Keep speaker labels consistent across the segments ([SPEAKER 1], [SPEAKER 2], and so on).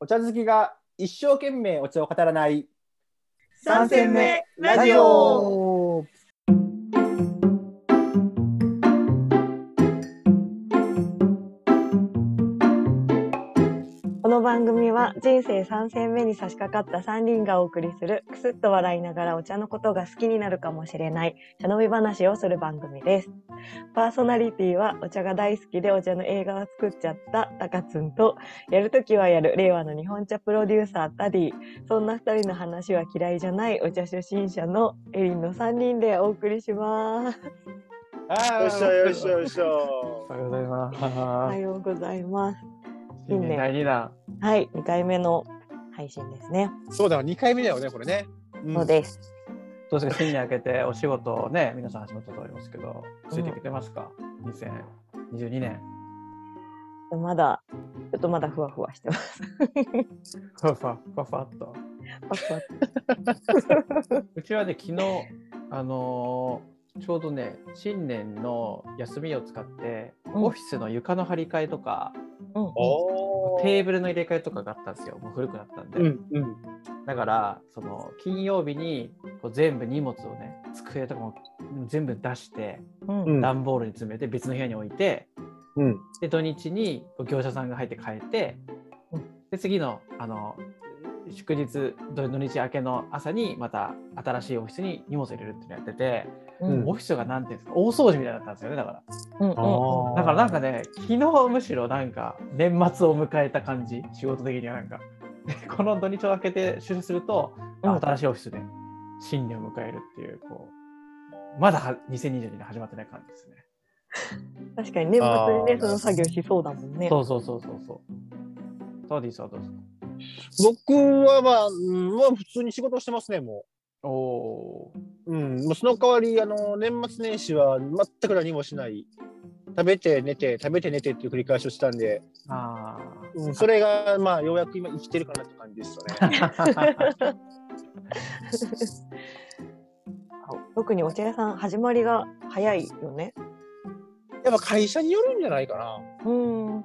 [SPEAKER 1] お茶好きが一生懸命お茶を語らない
[SPEAKER 2] 三戦目ラジ
[SPEAKER 3] オ
[SPEAKER 2] この番組は人生3戦目に差し掛かった三輪がお送りするくすっと笑いながらお茶のことが好きになるかもしれない茶飲み話をする番組です。パーソナリティはお茶が大好きでお茶の映画を作っちゃったタカツンとやるときはやる令和の日本茶プロデューサータディそんな二人の話は嫌いじゃないお茶初心者のエリンの3人でお送りします。
[SPEAKER 1] あー
[SPEAKER 3] よいしょよいしょよいしょ
[SPEAKER 4] お。はようござい
[SPEAKER 2] お
[SPEAKER 4] ま
[SPEAKER 2] は
[SPEAKER 4] す。
[SPEAKER 2] ようございます。
[SPEAKER 4] 新年第二弾。
[SPEAKER 2] はい、2回目の配信ですね。
[SPEAKER 3] そうだ、二回目だよね、これね。うん
[SPEAKER 2] そうです。
[SPEAKER 4] どうですか新年明けてお仕事ね皆さん始まったと思いますけどついてきてますか？2022年。
[SPEAKER 2] まだ、ちょっとまだふわふわしてます。
[SPEAKER 4] ふわふわふわふわっと。
[SPEAKER 2] ふわふわ
[SPEAKER 4] うちはね昨日あのーちょうどね新年の休みを使って、
[SPEAKER 2] うん
[SPEAKER 4] オフィスの床の張り替えとか
[SPEAKER 3] おお。
[SPEAKER 4] テーブルの入れ替えとかがあったんですよもう古くなったんで、
[SPEAKER 3] うんうん。
[SPEAKER 4] だからその金曜日にこう全部荷物をね机とかも全部出して
[SPEAKER 2] うん
[SPEAKER 3] うん
[SPEAKER 4] 段ボールに詰めて別の部屋に置いて
[SPEAKER 3] うん。
[SPEAKER 4] で土日にこう業者さんが入って変えて
[SPEAKER 2] う
[SPEAKER 4] で次のあの祝日土土日明けの朝にまた新しいオフィスに荷物入れるっていうのやってて、
[SPEAKER 2] うん
[SPEAKER 4] オフィスがなんていうんですか大掃除みたいだったんですよねだか
[SPEAKER 2] うんうん
[SPEAKER 4] らだからなんかね昨日むしろなんか年末を迎えた感じ仕事的にはなんかでこの土日を明けて出社すると、あ
[SPEAKER 2] うん
[SPEAKER 4] 新しいオフィスで新年を迎えるっていうこうまだは2022年始まってない感じですね
[SPEAKER 2] 確かに年末に
[SPEAKER 3] あ
[SPEAKER 2] ね、
[SPEAKER 3] ー
[SPEAKER 2] その作業しそうだもんね。
[SPEAKER 4] そうそうそうそうそうターディーさんはどうですか
[SPEAKER 3] 僕はまあ、うんまあ、普通に仕事をしてますね、も
[SPEAKER 4] おお
[SPEAKER 3] う。うん、もうその代わり、あの、年末年始は全く何もしない。食べて寝て食べて寝てっていう繰り返しをしたんで、
[SPEAKER 4] ー。あ
[SPEAKER 3] うん、それがまあようやく今生きてるかなって感じですよ ね。
[SPEAKER 4] あ。
[SPEAKER 2] 特にお茶屋さん、始まりが早いよね。
[SPEAKER 3] やっぱ会社によるんじゃないかな。
[SPEAKER 2] うん。
[SPEAKER 3] うん、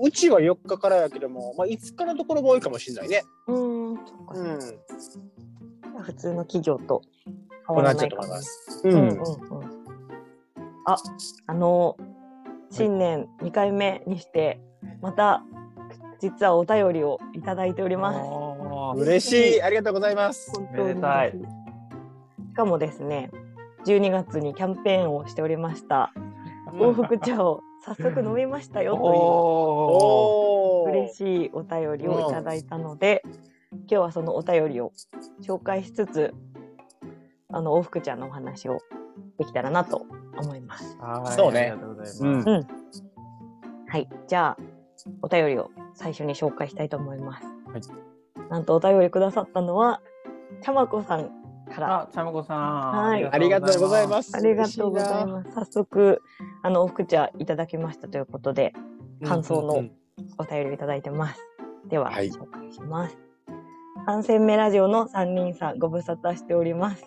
[SPEAKER 3] うちは4日からやけども、まあ、5日のところも多いかもしれないね。
[SPEAKER 2] うん。
[SPEAKER 3] うん、
[SPEAKER 2] 普通の企業と変
[SPEAKER 3] こう
[SPEAKER 2] わ
[SPEAKER 3] な
[SPEAKER 2] ら
[SPEAKER 3] っちゃ
[SPEAKER 2] な
[SPEAKER 3] う
[SPEAKER 2] い
[SPEAKER 3] と思
[SPEAKER 2] か
[SPEAKER 3] い
[SPEAKER 2] も
[SPEAKER 3] ま
[SPEAKER 2] ね。
[SPEAKER 3] す。う
[SPEAKER 2] うんうん
[SPEAKER 3] ん、
[SPEAKER 2] うん。あ、あの、新年2回目にして、また、実はお便りをいただいております。
[SPEAKER 4] おー
[SPEAKER 3] 嬉しい、ありがとうございます。
[SPEAKER 2] 本
[SPEAKER 4] めでたい
[SPEAKER 2] 嬉ししかもですね、12月にキャンペーンをしておりました。往復茶を早速飲みましたよと
[SPEAKER 4] おー
[SPEAKER 3] お
[SPEAKER 2] いう
[SPEAKER 3] お、
[SPEAKER 2] 嬉しいお便りをいただいたので、今日はそのお便りを紹介しつつ、あの、往復茶のお話をできたらなと思います。
[SPEAKER 4] はい
[SPEAKER 3] そうね
[SPEAKER 4] ありがとうございます。
[SPEAKER 3] うん
[SPEAKER 2] はい。じゃあ、お便りを最初に紹介したいと思います。
[SPEAKER 4] はい
[SPEAKER 2] なんとお便りくださったのは、ちゃまこさんから
[SPEAKER 4] あ、ちゃまこさん。。
[SPEAKER 2] はい
[SPEAKER 3] ありがとうございますす。
[SPEAKER 2] ありがとうございます。早速、あの、お福茶いただきましたということで、
[SPEAKER 3] 嬉しいな
[SPEAKER 2] 感想の
[SPEAKER 3] うんうんうん
[SPEAKER 2] お便りをいただいてます。では、
[SPEAKER 3] はい
[SPEAKER 2] 紹介します。三戦目ラジオの三人さん、ご無沙汰しております。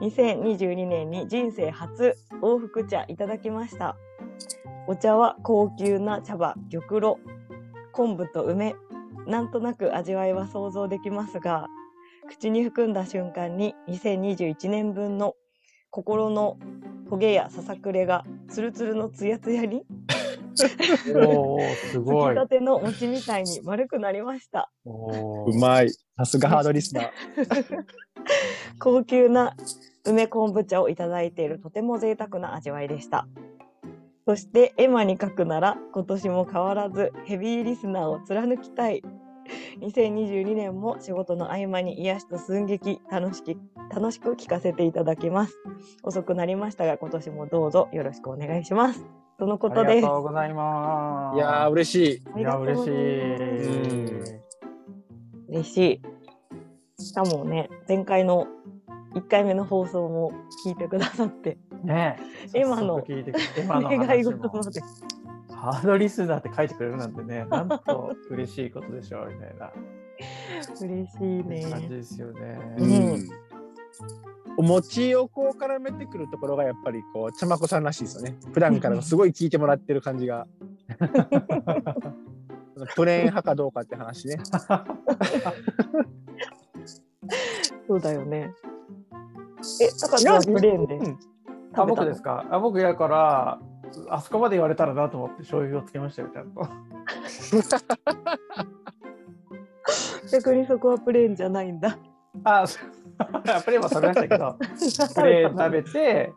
[SPEAKER 2] 2022年に人生初、往復茶いただきました。お茶は高級な茶葉、玉露、昆布と梅。なんとなく味わいは想像できますが、口に含んだ瞬間に2021年分の心の焦げやささくれがツルツルのツヤツヤに
[SPEAKER 4] おーす
[SPEAKER 2] つ
[SPEAKER 4] ご
[SPEAKER 2] き
[SPEAKER 4] い。
[SPEAKER 2] たての餅みたいに丸くなりました。
[SPEAKER 4] お
[SPEAKER 3] う
[SPEAKER 4] ー
[SPEAKER 3] まい。さすがハードリスナー。
[SPEAKER 2] 高級な梅昆布茶をいただいているとても贅沢な味わいでした。そして絵馬に書くなら今年も変わらずヘビーリスナーを貫きたい。2022年も仕事の合間に癒しと寸劇楽しき楽しく聞かせていただきます。遅くなりましたが今年もどうぞよろしくお願いします。とのこ
[SPEAKER 4] あ
[SPEAKER 2] と
[SPEAKER 4] り
[SPEAKER 2] です
[SPEAKER 4] がと。うございます。
[SPEAKER 3] いやー、嬉しい。
[SPEAKER 2] あ
[SPEAKER 4] い
[SPEAKER 2] りが
[SPEAKER 4] や
[SPEAKER 2] と
[SPEAKER 4] 嬉
[SPEAKER 2] うご
[SPEAKER 4] し
[SPEAKER 2] ざいます
[SPEAKER 4] い。
[SPEAKER 2] 嬉しい。しかもね、前回の1回目の放送も聞いてくださって、
[SPEAKER 4] ねえ。
[SPEAKER 2] 今の
[SPEAKER 4] 早速聞いてくれ今の
[SPEAKER 2] 願い
[SPEAKER 4] 話
[SPEAKER 2] 事
[SPEAKER 4] も
[SPEAKER 2] まで。
[SPEAKER 4] ハードリスナーって書いてくれるなんてね、なんと嬉しいことでしょうみたいな
[SPEAKER 2] 嬉しい
[SPEAKER 4] 感じ
[SPEAKER 2] ね。
[SPEAKER 4] ですよね。
[SPEAKER 2] うん
[SPEAKER 3] お餅をこう絡めてくるところがやっぱりこうちゃまこさんらしいですよね。普段からすごい聞いてもらってる感じが。プレーン派かどうかって話ね。
[SPEAKER 2] そうだよね。え、だからプレーンで
[SPEAKER 4] うんあ
[SPEAKER 2] 食べ
[SPEAKER 4] 僕
[SPEAKER 2] た
[SPEAKER 4] で
[SPEAKER 2] の
[SPEAKER 4] すかあ僕やからあそこまで言われたらなと思って醤油をつけましたよちゃんと
[SPEAKER 2] 逆にそこはプレーンじゃないんだ。
[SPEAKER 4] あそうプレーンは食べましたけどプレーン食べて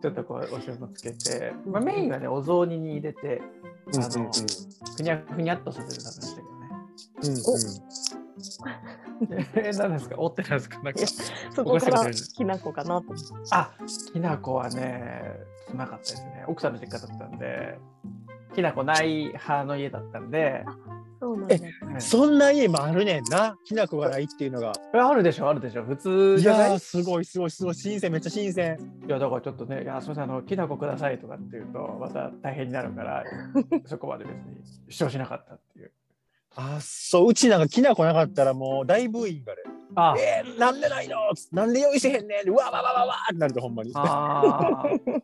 [SPEAKER 4] ちょっとこうお醤油もつけて、まあ、メインはねお雑煮に入れてあのふにゃふにゃっとさせて食べましたけどね え何ですかおってなんですかなんか
[SPEAKER 2] そこから
[SPEAKER 4] おかしい
[SPEAKER 2] きな粉かなと思って。
[SPEAKER 4] あきな粉はねなかったですね奥さんの実家だったんできな粉ない派の家だったんで、
[SPEAKER 2] そうなんだ。
[SPEAKER 4] はい
[SPEAKER 3] そんな家もあるねんな、きな粉がないっていうのが。
[SPEAKER 4] えあるでしょあるでしょ普通
[SPEAKER 3] い
[SPEAKER 4] じゃない
[SPEAKER 3] やー、すごい、すごい、すごい、新鮮、めっちゃ新鮮。
[SPEAKER 4] いやだからちょっとね、いやすみません、あのきな粉くださいとかって言うと、また大変になる から、そこまで別に主張しなかったっていう。
[SPEAKER 3] あーそう、うちなんかきな粉なかったらもう大ブーイングあれ。
[SPEAKER 4] あ
[SPEAKER 3] なんでないのなんで用意せへんねんうわわわわわってなるとほんまに。
[SPEAKER 4] あー、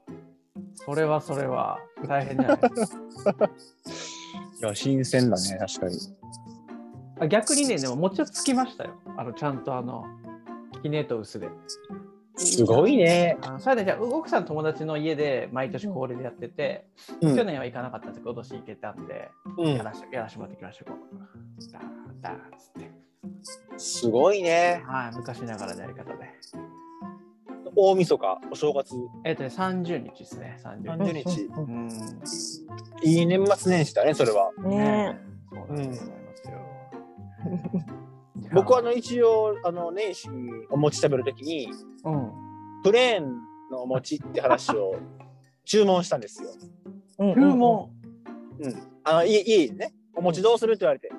[SPEAKER 4] それはそれは大変じゃないですか
[SPEAKER 3] いや、新鮮だね、確かに。
[SPEAKER 4] あ逆にね、でも餅はつきましたよ。あのちゃんとあの、きねと薄で。
[SPEAKER 3] すごいね。
[SPEAKER 4] あそれでじゃあ奥さんの友達の家で毎年恒例でやってて、
[SPEAKER 3] うん
[SPEAKER 4] 去年は行かなかったんですけど、今年行けたんで、
[SPEAKER 3] う
[SPEAKER 4] やらしやらしてもらってきましたよ。こうダーダーっつって。
[SPEAKER 3] ん、すごいね。
[SPEAKER 4] はい、昔ながらのやり方で。
[SPEAKER 3] 大晦日、お正月、
[SPEAKER 4] えっ、とね、30日ですね、30日。
[SPEAKER 3] 30日。
[SPEAKER 4] うん。
[SPEAKER 3] いい年末年始だね、それは。
[SPEAKER 2] ね
[SPEAKER 4] え。そうなんですよ思いますよ。いや
[SPEAKER 3] 僕はあ、の一応あの年始お餅食べるときに
[SPEAKER 4] うん。
[SPEAKER 3] プレーンのお餅って話を注文したんですよ。
[SPEAKER 2] え。うん
[SPEAKER 4] 注文。
[SPEAKER 3] あの家家にねお餅どうするって言われて。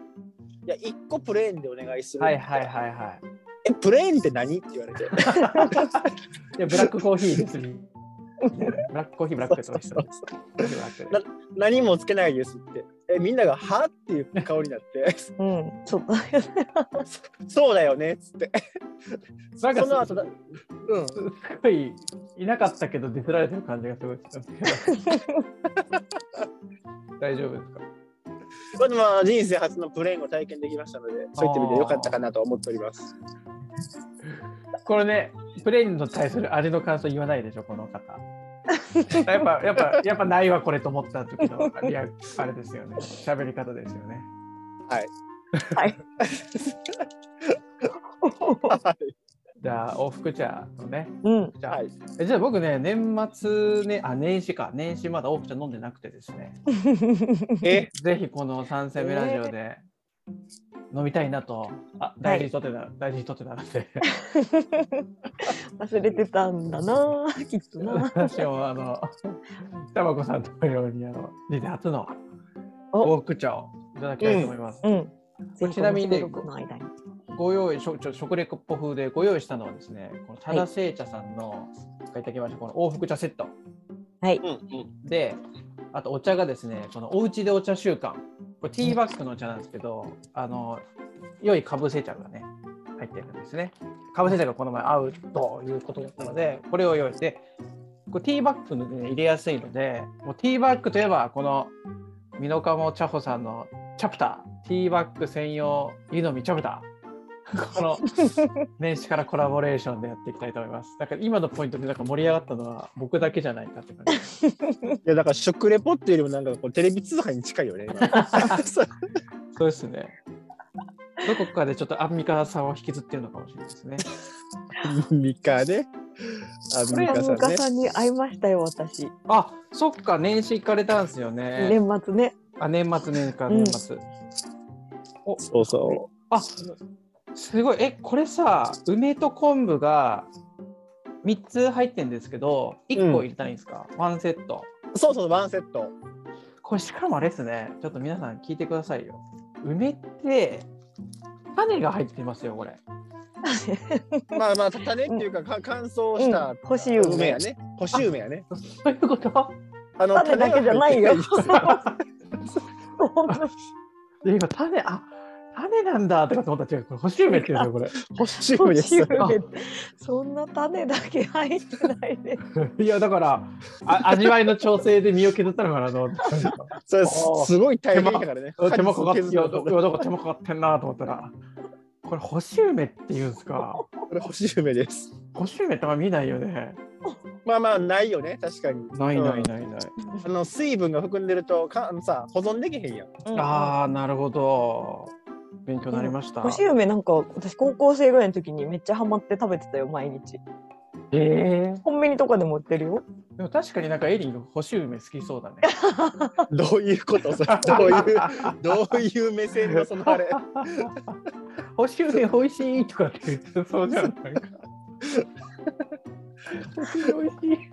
[SPEAKER 3] いや1個プレーンでお願いする
[SPEAKER 4] はいはいはいはい。
[SPEAKER 3] えプレーンって何って言われて
[SPEAKER 4] いや、ブラックコーヒーです。ブラックコーヒー、ブラックって美味しそうです。ブラックで
[SPEAKER 3] 何もつけないですってえみんなが「は?」っていう顔になって
[SPEAKER 2] うん。う ん。ちょっと。
[SPEAKER 3] そうだよねっつって
[SPEAKER 4] なんか
[SPEAKER 3] その後だ、うん、
[SPEAKER 4] すごい、いなかったけど、ディスられてる感じがすごいしたんですけど。大丈夫ですか
[SPEAKER 3] まあでもまあ人生初のプレーンを体験できましたのでそういった意味でよかったかなと思っております
[SPEAKER 4] これね、プレインに対するあれの感想言わないでしょ、この方。やっぱ、やっぱ、やっぱないわ、これと思った時の、リアあれですよね。喋り方ですよね。
[SPEAKER 2] はい。
[SPEAKER 4] じゃあ、おふく茶のね。
[SPEAKER 2] うん。
[SPEAKER 4] じゃあ、
[SPEAKER 3] はい
[SPEAKER 4] えじゃあ僕ね、年末ね、あ、年始か、年始まだおふく茶飲んでなくてですね。
[SPEAKER 3] え
[SPEAKER 4] ぜひこの三戦目ラジオで。飲みたいなと、あ、大事にとってた、大事にとってたなって。
[SPEAKER 2] 忘れてたんだな。きっとな。
[SPEAKER 4] 私もあの、たまこさん同様に、あの、人生初の。
[SPEAKER 2] お
[SPEAKER 4] おふく茶をいただきたいと思います。
[SPEAKER 2] うん。
[SPEAKER 4] これちなみにね
[SPEAKER 2] 全国の間に。
[SPEAKER 4] ご用意しょちょ食レポ風でご用意したのはですね、この多田製茶さんの、い、いただきましたこの往復茶セット
[SPEAKER 3] うんうん
[SPEAKER 4] で、あとお茶がですね、このおうちでお茶習慣、これティーバッグのお茶なんですけど、あの良いかぶせ茶がね、入ってるんですね。かぶせ茶がこの前合うということだったので、これを用意して、これティーバッグの、ね、入れやすいので、もうティーバッグといえば、この美濃加茂茶穂さんのチャプター、ティーバッグ専用湯飲みチャプター。 この年始からコラボレーションでやっていきたいと思います。だから今のポイントでなんか盛り上がったのは僕だけじゃないかって感じ。
[SPEAKER 3] いやだから食レポっていうよりもなんかこうテレビ通販に近いよね。 今そう
[SPEAKER 4] そうですね。どこかでちょっとアンミカさんを引きずってるのかもしれないですね。
[SPEAKER 3] ミカね。あミ
[SPEAKER 2] ア
[SPEAKER 3] カさ
[SPEAKER 2] ン
[SPEAKER 3] ん
[SPEAKER 2] カ
[SPEAKER 3] ね。
[SPEAKER 2] さんに会いましたよ、私。
[SPEAKER 4] あ、そっか、年始行かれたんですよね。
[SPEAKER 2] 年末ね。
[SPEAKER 4] あ、年末年始か、
[SPEAKER 2] うん
[SPEAKER 4] 年末。
[SPEAKER 3] そうそ
[SPEAKER 4] あ、すごい。え、これさ、梅と昆布が3つ入ってんですけど、1個入れたらいいんですか、ワンセット。
[SPEAKER 3] う。そうそうワンセット。
[SPEAKER 4] これしかもあれですね、ちょっと皆さん聞いてくださいよ。梅って、種が入ってますよ、これ。
[SPEAKER 3] まあまあ種っていうかか乾燥した、
[SPEAKER 2] うん干し梅
[SPEAKER 3] 梅やね。干し梅やね。
[SPEAKER 4] そういうこと
[SPEAKER 3] あの
[SPEAKER 2] 種 だけじゃないよ
[SPEAKER 3] 種が入ってないですよ
[SPEAKER 2] 本当
[SPEAKER 4] で今種あ種なんだとかと思ったら違う、これ、干し梅って言うんです
[SPEAKER 3] 欲しいです。
[SPEAKER 2] 干し梅そんな種だけ入ってないで
[SPEAKER 4] よ、これ。いや、だから、あ味わいの調整で身を削ったのかなと思って。
[SPEAKER 3] それ
[SPEAKER 4] あー
[SPEAKER 3] すすごい大変だからね。
[SPEAKER 4] 手間かかっていやどい
[SPEAKER 3] こ
[SPEAKER 4] やだから手間かかってんなと思ったらこれ干し梅って言うんですか
[SPEAKER 3] れ干し梅です。
[SPEAKER 4] 干し梅ってあんま見ないよね
[SPEAKER 3] まあまあないよね確かに。
[SPEAKER 4] ないないないない、
[SPEAKER 3] あの水分が含んでるとかあのさ保存できへんやん。
[SPEAKER 2] す。あ。
[SPEAKER 4] ああなるほど勉強になりました
[SPEAKER 2] 干し梅なんか私高校生ぐらいの時にめっちゃハマって食べてたよ毎日。
[SPEAKER 4] えー、
[SPEAKER 2] コンビニとかでも売ってるよ。
[SPEAKER 4] でも確かになんかエリンが干し梅好きそうだ ね
[SPEAKER 3] どういうことそれどういうどういう目線のそのあれ。
[SPEAKER 4] 干し梅美味しいとかって言ってそうじゃん ないか干し梅美味しい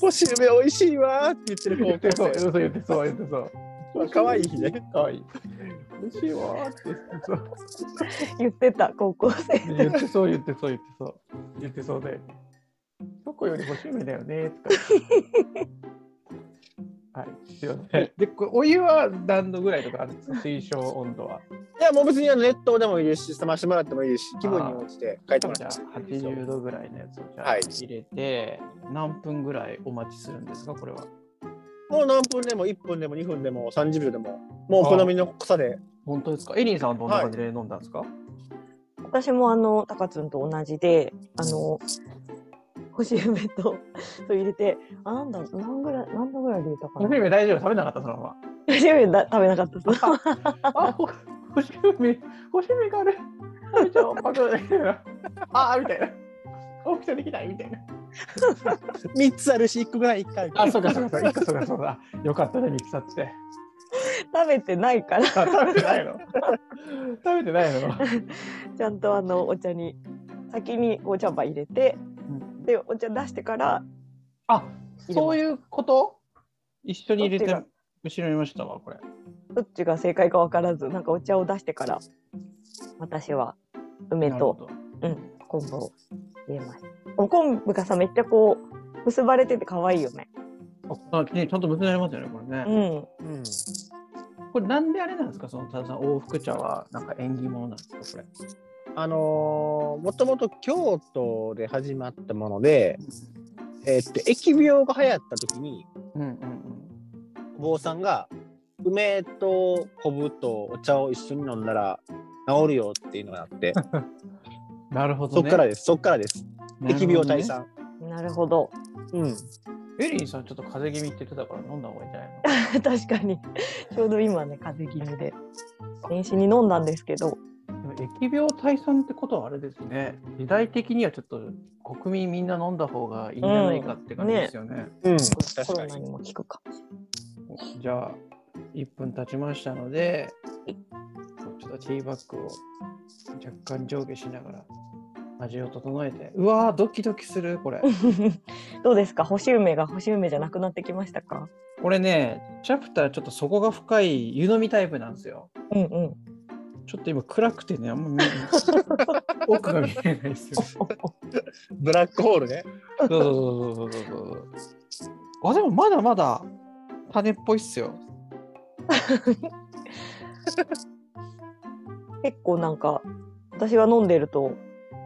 [SPEAKER 3] 干し梅美味しいわーって言って
[SPEAKER 4] 言っ
[SPEAKER 3] る
[SPEAKER 4] て
[SPEAKER 3] 高
[SPEAKER 4] そう
[SPEAKER 3] 校
[SPEAKER 4] 言ってそう言ってそう
[SPEAKER 3] 生。可愛いね。
[SPEAKER 4] かわいい美味しいわーって言ってそう
[SPEAKER 2] 言ってた高校生。
[SPEAKER 4] 言ってそう言ってそう言ってそう言ってそうだよね。どこより欲しい目だよね とか。はい、すいません。で、これお湯は何度ぐらいとかあるんですか推奨温度は。
[SPEAKER 3] いやもう別にあの熱湯でもいいし冷ましてもらってもいいし気分に応じて書いても
[SPEAKER 4] じ
[SPEAKER 3] ら
[SPEAKER 4] ゃ
[SPEAKER 3] って
[SPEAKER 4] あ
[SPEAKER 3] もいいですよ
[SPEAKER 4] 80度ぐらいのやつをじゃあ
[SPEAKER 3] はい
[SPEAKER 4] 入れて、何分ぐらいお待ちするんですかこれは。
[SPEAKER 3] もう何分でも1分でも2分でも30秒でももうお好みの濃さで
[SPEAKER 4] 本当ですかエリンさんはどんな感じで飲んだんですか、
[SPEAKER 2] 私もあのタカツンと同じであの干し梅とそう入れてあなんだ何ぐらい何度ぐらいで入れたか
[SPEAKER 4] 干
[SPEAKER 2] な
[SPEAKER 4] し。梅大丈夫食べなかったそのま
[SPEAKER 2] 干し梅だ食べなかったです。
[SPEAKER 4] ま。あ、ほ干し梅、干し梅がある。食べちゃおう、パクッみたいな。ああ、みたいな。オプションできないみたいな。
[SPEAKER 3] 3つあるし1個ぐらい1回
[SPEAKER 4] あ、そうかそう かそうか、そうかそうだ。よかったね、ミキサって。
[SPEAKER 2] 食べてないから
[SPEAKER 4] あ食べてないの食べてないの
[SPEAKER 2] ちゃんとあのお茶に先にお茶葉入れてでお茶出してから
[SPEAKER 4] あ、そういうこと一緒に入れ
[SPEAKER 2] ど
[SPEAKER 4] て
[SPEAKER 2] っち、
[SPEAKER 4] 後ろにいましたわ、これ。
[SPEAKER 2] どっちが正解か分からずなんかお茶を出してから私は梅
[SPEAKER 4] なるほ
[SPEAKER 2] と
[SPEAKER 4] ど。
[SPEAKER 2] 昆布を入れましたお昆布がさめっちゃこう結ばれてて可愛いよね
[SPEAKER 4] あ、ね、ちゃんと結んでありますよね、これ
[SPEAKER 2] う
[SPEAKER 4] ね。
[SPEAKER 2] ん
[SPEAKER 3] うん
[SPEAKER 4] これなんであれなんですか、その、たださん、往復茶は、なんか縁起物なんですか、これ。
[SPEAKER 3] あのーもともと京都で始まったもので、えーっと疫病が流行った時に
[SPEAKER 4] うんうんうん。
[SPEAKER 3] お坊さんが梅と昆布とお茶を一緒に飲んだら治るよっていうのがあって、
[SPEAKER 4] なるほ
[SPEAKER 3] そ
[SPEAKER 4] ど、
[SPEAKER 3] っ
[SPEAKER 4] ね。
[SPEAKER 3] からですそっからです、
[SPEAKER 4] なるほど
[SPEAKER 3] 疫
[SPEAKER 4] ね
[SPEAKER 3] 病退。散
[SPEAKER 2] なるほど
[SPEAKER 3] うん
[SPEAKER 4] エリンさん、ちょっと風邪気味って言ってたから、飲んだ方がいいんじゃないの
[SPEAKER 2] 確かに ちょうど今ね風邪気味で年始に飲んだんですけど
[SPEAKER 4] でも疫病退散ってことはあれですね時代的にはちょっと国民みんな飲んだ方がいいんじゃないかって感じですよね,、
[SPEAKER 3] うん
[SPEAKER 2] コ
[SPEAKER 3] 確
[SPEAKER 2] ロ
[SPEAKER 3] か
[SPEAKER 2] ナ
[SPEAKER 3] に
[SPEAKER 2] にも効くか
[SPEAKER 4] じゃあ1分経ちましたのでちょっとティーバッグを若干上下しながら味を整えてうわードキドキするこれ
[SPEAKER 2] どうですか干し梅が干し梅じゃなくなってきましたか
[SPEAKER 4] これねチャプターちょっと底が深い湯飲みタイプなんですよ
[SPEAKER 2] うんうん
[SPEAKER 4] ちょっと今暗くてねあんま見えない奥が見えないですよ
[SPEAKER 3] ブラックホールね
[SPEAKER 4] そうそうそうそうそうそうそう。あ、でもまだまだ種っぽいっすよ。
[SPEAKER 2] 結構なんか私は飲んでると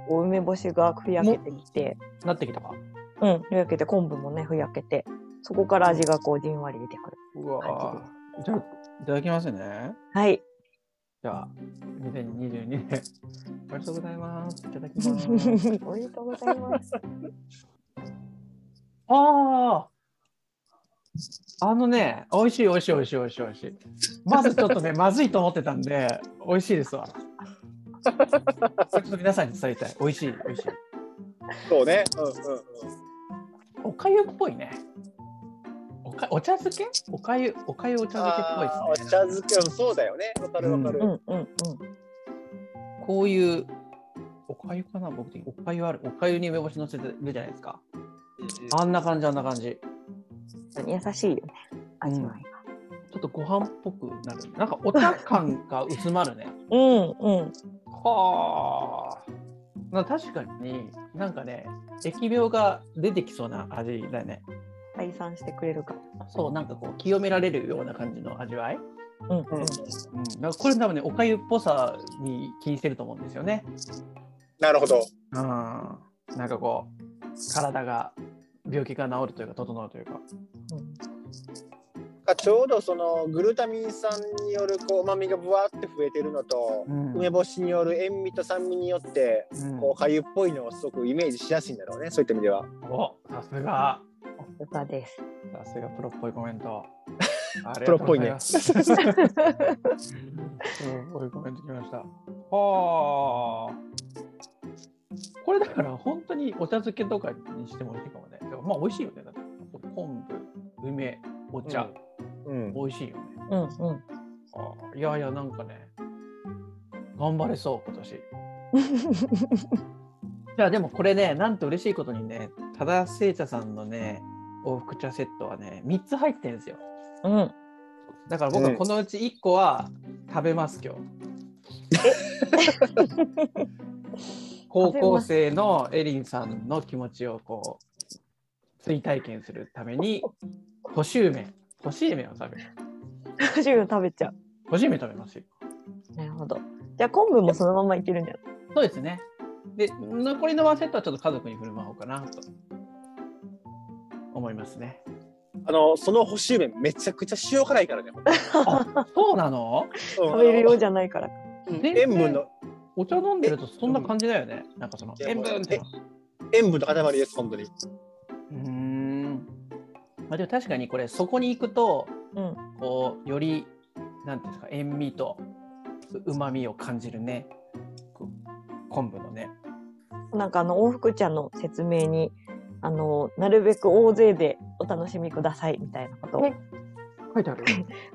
[SPEAKER 2] お梅干しがふやけてきて、
[SPEAKER 4] なってきたか。
[SPEAKER 2] うん、ふやけて昆布もねふやけてそこから味がこうじんわり出てくる
[SPEAKER 4] う
[SPEAKER 2] わ
[SPEAKER 4] ーじゃあ、いただきますね。
[SPEAKER 2] はい
[SPEAKER 4] じゃあ、2022年。おめでとうございます。いただき ます。
[SPEAKER 2] おめでとうございます
[SPEAKER 4] ああ。あのね、美味しい、美味しい、美味しい、美味しい、美味しい。まずちょっと ね、まずいと思ってたんで、美味しいですわ。 これちょっと皆さんに伝えたい。美味しい、美味しい。
[SPEAKER 3] そうねうんうんうん
[SPEAKER 4] おかゆっぽいね。おかお茶漬けおかゆ、おかゆお茶漬けっぽい
[SPEAKER 3] あーお
[SPEAKER 4] ですね。
[SPEAKER 3] 茶漬けうんそうだよねわかるわかる、
[SPEAKER 2] うんうんうん
[SPEAKER 4] こういう、おかゆかな僕的に。おかゆある。おかゆに梅干し乗せてるじゃないですか。あんな感じ、あんな感じ。
[SPEAKER 2] 優しいよね味わい
[SPEAKER 4] ちょっとご飯っぽくなる。なんかお茶感が薄まるね。
[SPEAKER 2] がうんうん
[SPEAKER 4] はあ。な確かに、なんかね、疫病が出てきそうな味だよね。
[SPEAKER 2] 退散してくれるか
[SPEAKER 4] そう、なんかこう、清められるような感じの味わい。
[SPEAKER 2] うん
[SPEAKER 1] うん
[SPEAKER 4] うん、だからこれ多分ねおかゆっぽさに気にしてると思うんですよね。
[SPEAKER 3] なるほど。
[SPEAKER 4] うん、なんかこう体が病気が治るというか整うというか。
[SPEAKER 3] ちょうどそのグルタミン酸によるこう旨味がぶわって増えてるのと、
[SPEAKER 4] うん
[SPEAKER 3] 梅干しによる塩味と酸味によって
[SPEAKER 4] うん
[SPEAKER 3] こうかゆっぽいのをすごくイメージしやすいんだろうねそういった意味では。
[SPEAKER 4] おさすが
[SPEAKER 2] さすがです。
[SPEAKER 4] さすがプロっぽいコメント。
[SPEAKER 3] プロっぽいね
[SPEAKER 4] ありがとうございますプロっぽいコメントきました。はあ。これだから本当にお茶漬けとかにしてもいいかもね。でもまあ美味しいよね。だって昆布、梅、お茶、
[SPEAKER 3] うん、
[SPEAKER 4] 美味しいよね。
[SPEAKER 2] うんうん。
[SPEAKER 4] あーいやいやなんかね頑張れそう今年いやでもこれねなんと嬉しいことにね多田製茶さんのね往復茶セットはね3つ入ってるんですよ
[SPEAKER 2] うん。
[SPEAKER 4] だから僕は
[SPEAKER 3] うん
[SPEAKER 4] このうち1個は食べます今日、 高校生のエリンさんの気持ちをこう追体験するために年梅年梅を食べる
[SPEAKER 2] ジュン食べちゃう。
[SPEAKER 4] 年梅食べますよ
[SPEAKER 2] なるほど。じゃあ昆布もそのままいけるんじゃない
[SPEAKER 4] そうですね。で、残りのワンセットはちょっと家族に振る舞おうかなと思いますね。
[SPEAKER 3] あのその干し梅めちゃくちゃ塩辛いから ね。
[SPEAKER 4] あそうなの
[SPEAKER 3] 食
[SPEAKER 2] 食べるようじゃないから。
[SPEAKER 4] 全然
[SPEAKER 3] 塩分の
[SPEAKER 4] お茶飲んでるとそんな感じだよね。なんかその塩分ってのは。
[SPEAKER 3] 塩分の塊です本当に。
[SPEAKER 4] うーん。まあ、でも確かにこれ、そこに行くと、
[SPEAKER 2] うん。
[SPEAKER 4] こう、より、なんていうんですか、塩味とうまみを感じるね。こう昆布のね。
[SPEAKER 2] なんかあの往復茶の説明にあのなるべく大勢でお楽しみくださいみたいなことを
[SPEAKER 4] 書いてある。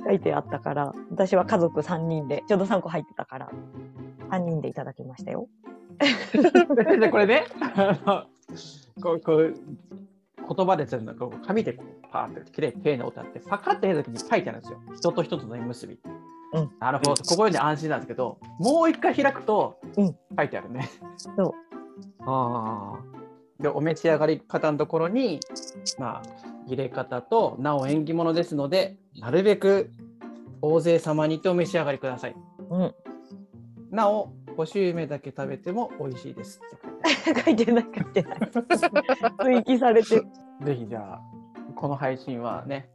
[SPEAKER 2] 書いてあったから私は家族3人でちょうど3個入ってたから3人でいただきましたよ。
[SPEAKER 4] でこれね、あのこうこう言葉で全部こう紙でこうパーってきれいに丁寧に歌ってパカッてやるときに書いてあるんですよ。人と人との縁結び。
[SPEAKER 2] うん
[SPEAKER 4] なるほど、ここ読んで安心なんですけど、もう一回開くと、
[SPEAKER 2] うん
[SPEAKER 4] 書いてあるね。
[SPEAKER 2] そう
[SPEAKER 4] ああ。で、お召し上がり方のところに、まあ、入れ方と、なお縁起物ですので、なるべく大勢様にてお召し上がりください。
[SPEAKER 2] うん、
[SPEAKER 4] なお、ご朱梅だけ食べても美味しいですって書いてある。
[SPEAKER 2] 書いてない書いてない。追記されてる
[SPEAKER 4] ぜひじゃあこの配信はね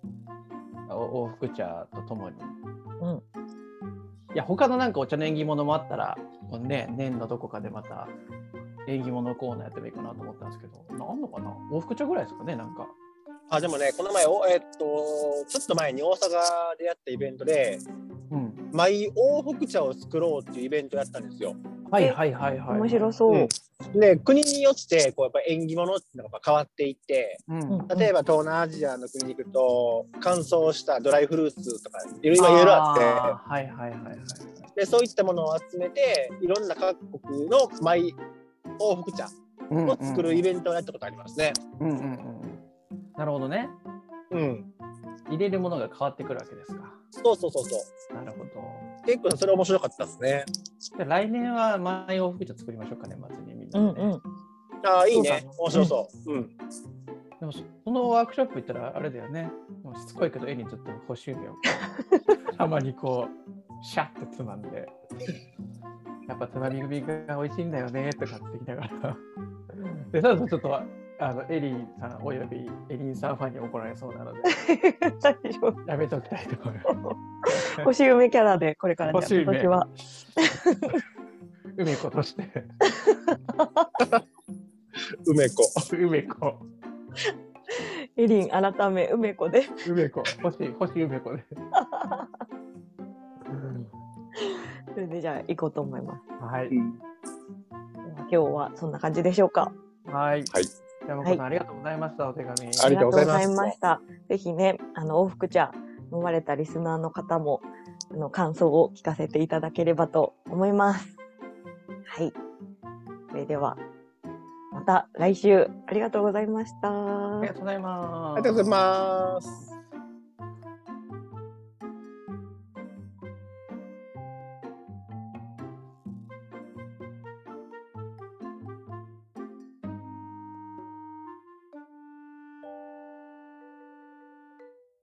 [SPEAKER 4] お往復茶とともに、
[SPEAKER 2] うん
[SPEAKER 4] いや他のなんかお茶の縁起物もあったらこのね年のどこかでまた縁起物コーナーやってもいいかなと思ったんですけどなんのかな往復茶ぐらいですかねなんか
[SPEAKER 3] あでもねこの前おえっとちょっと前に大阪でやったイベントで
[SPEAKER 4] うん
[SPEAKER 3] マイ往復茶を作ろうっていうイベントやったんですよ。
[SPEAKER 4] はいはいはいはい
[SPEAKER 2] 面白そう。
[SPEAKER 3] うんで国によってこうやっぱ縁起物っていうのがやっぱ変わっていって
[SPEAKER 4] うん、
[SPEAKER 2] うん
[SPEAKER 3] 例えば東南アジアの国に行くと乾燥したドライフルーツとかいろいろいろいろあっ
[SPEAKER 4] ーはいはいはいはい
[SPEAKER 3] てでそういったものを集めていろんな各国のマイ往復茶を作るイベントをやったことありますね。
[SPEAKER 4] うんうんうんなるほどね
[SPEAKER 3] うん、
[SPEAKER 4] 入れるものが変わってくるわけですか
[SPEAKER 3] そうそうそうそう
[SPEAKER 4] なるほど
[SPEAKER 3] 結構それ面白かったですね。
[SPEAKER 4] じゃあ来年は毎往復茶作りましょうかね、末にみんな
[SPEAKER 2] う
[SPEAKER 4] で
[SPEAKER 2] ん
[SPEAKER 4] ね、
[SPEAKER 2] うん。
[SPEAKER 3] ああいいね
[SPEAKER 4] そう
[SPEAKER 3] 面白そう。うん
[SPEAKER 4] でもそそのワークショップ行ったらあれだよね。もうしつこいけど絵にちょっと補修名をたまにこうシャッてつまんで。やっぱつまみ組が美味しいんだよねとかって言いながら。で、ただちょっとあのエリンさんおよびエリンさんファンに怒られそうなので、
[SPEAKER 2] 大丈夫。
[SPEAKER 4] やめときたいと思います。
[SPEAKER 2] 星梅キャラでこれから
[SPEAKER 4] 欲
[SPEAKER 2] じ
[SPEAKER 4] し
[SPEAKER 2] ゃあ
[SPEAKER 4] い
[SPEAKER 2] 今
[SPEAKER 4] ね
[SPEAKER 2] 年は。
[SPEAKER 4] 梅子として、
[SPEAKER 3] 梅子
[SPEAKER 4] 梅子、
[SPEAKER 2] エリン改め梅子で。
[SPEAKER 4] 梅子、欲しい、欲しい梅子で。うん
[SPEAKER 2] それでじゃあ行こうと思います。
[SPEAKER 4] はい。
[SPEAKER 2] では今日はそんな感じでしょうか。
[SPEAKER 4] はい。
[SPEAKER 3] はい
[SPEAKER 4] 山本さん、ありがとうございました。お手紙。
[SPEAKER 3] ありがとうございます
[SPEAKER 2] ありがとうございました。ぜひね、あの、往復茶飲まれたリスナーの方も、あの、感想を聞かせていただければと思います。はい。それでは、また来週、ありがとうございました。
[SPEAKER 4] ありがとうございます。
[SPEAKER 3] ありがとうございます。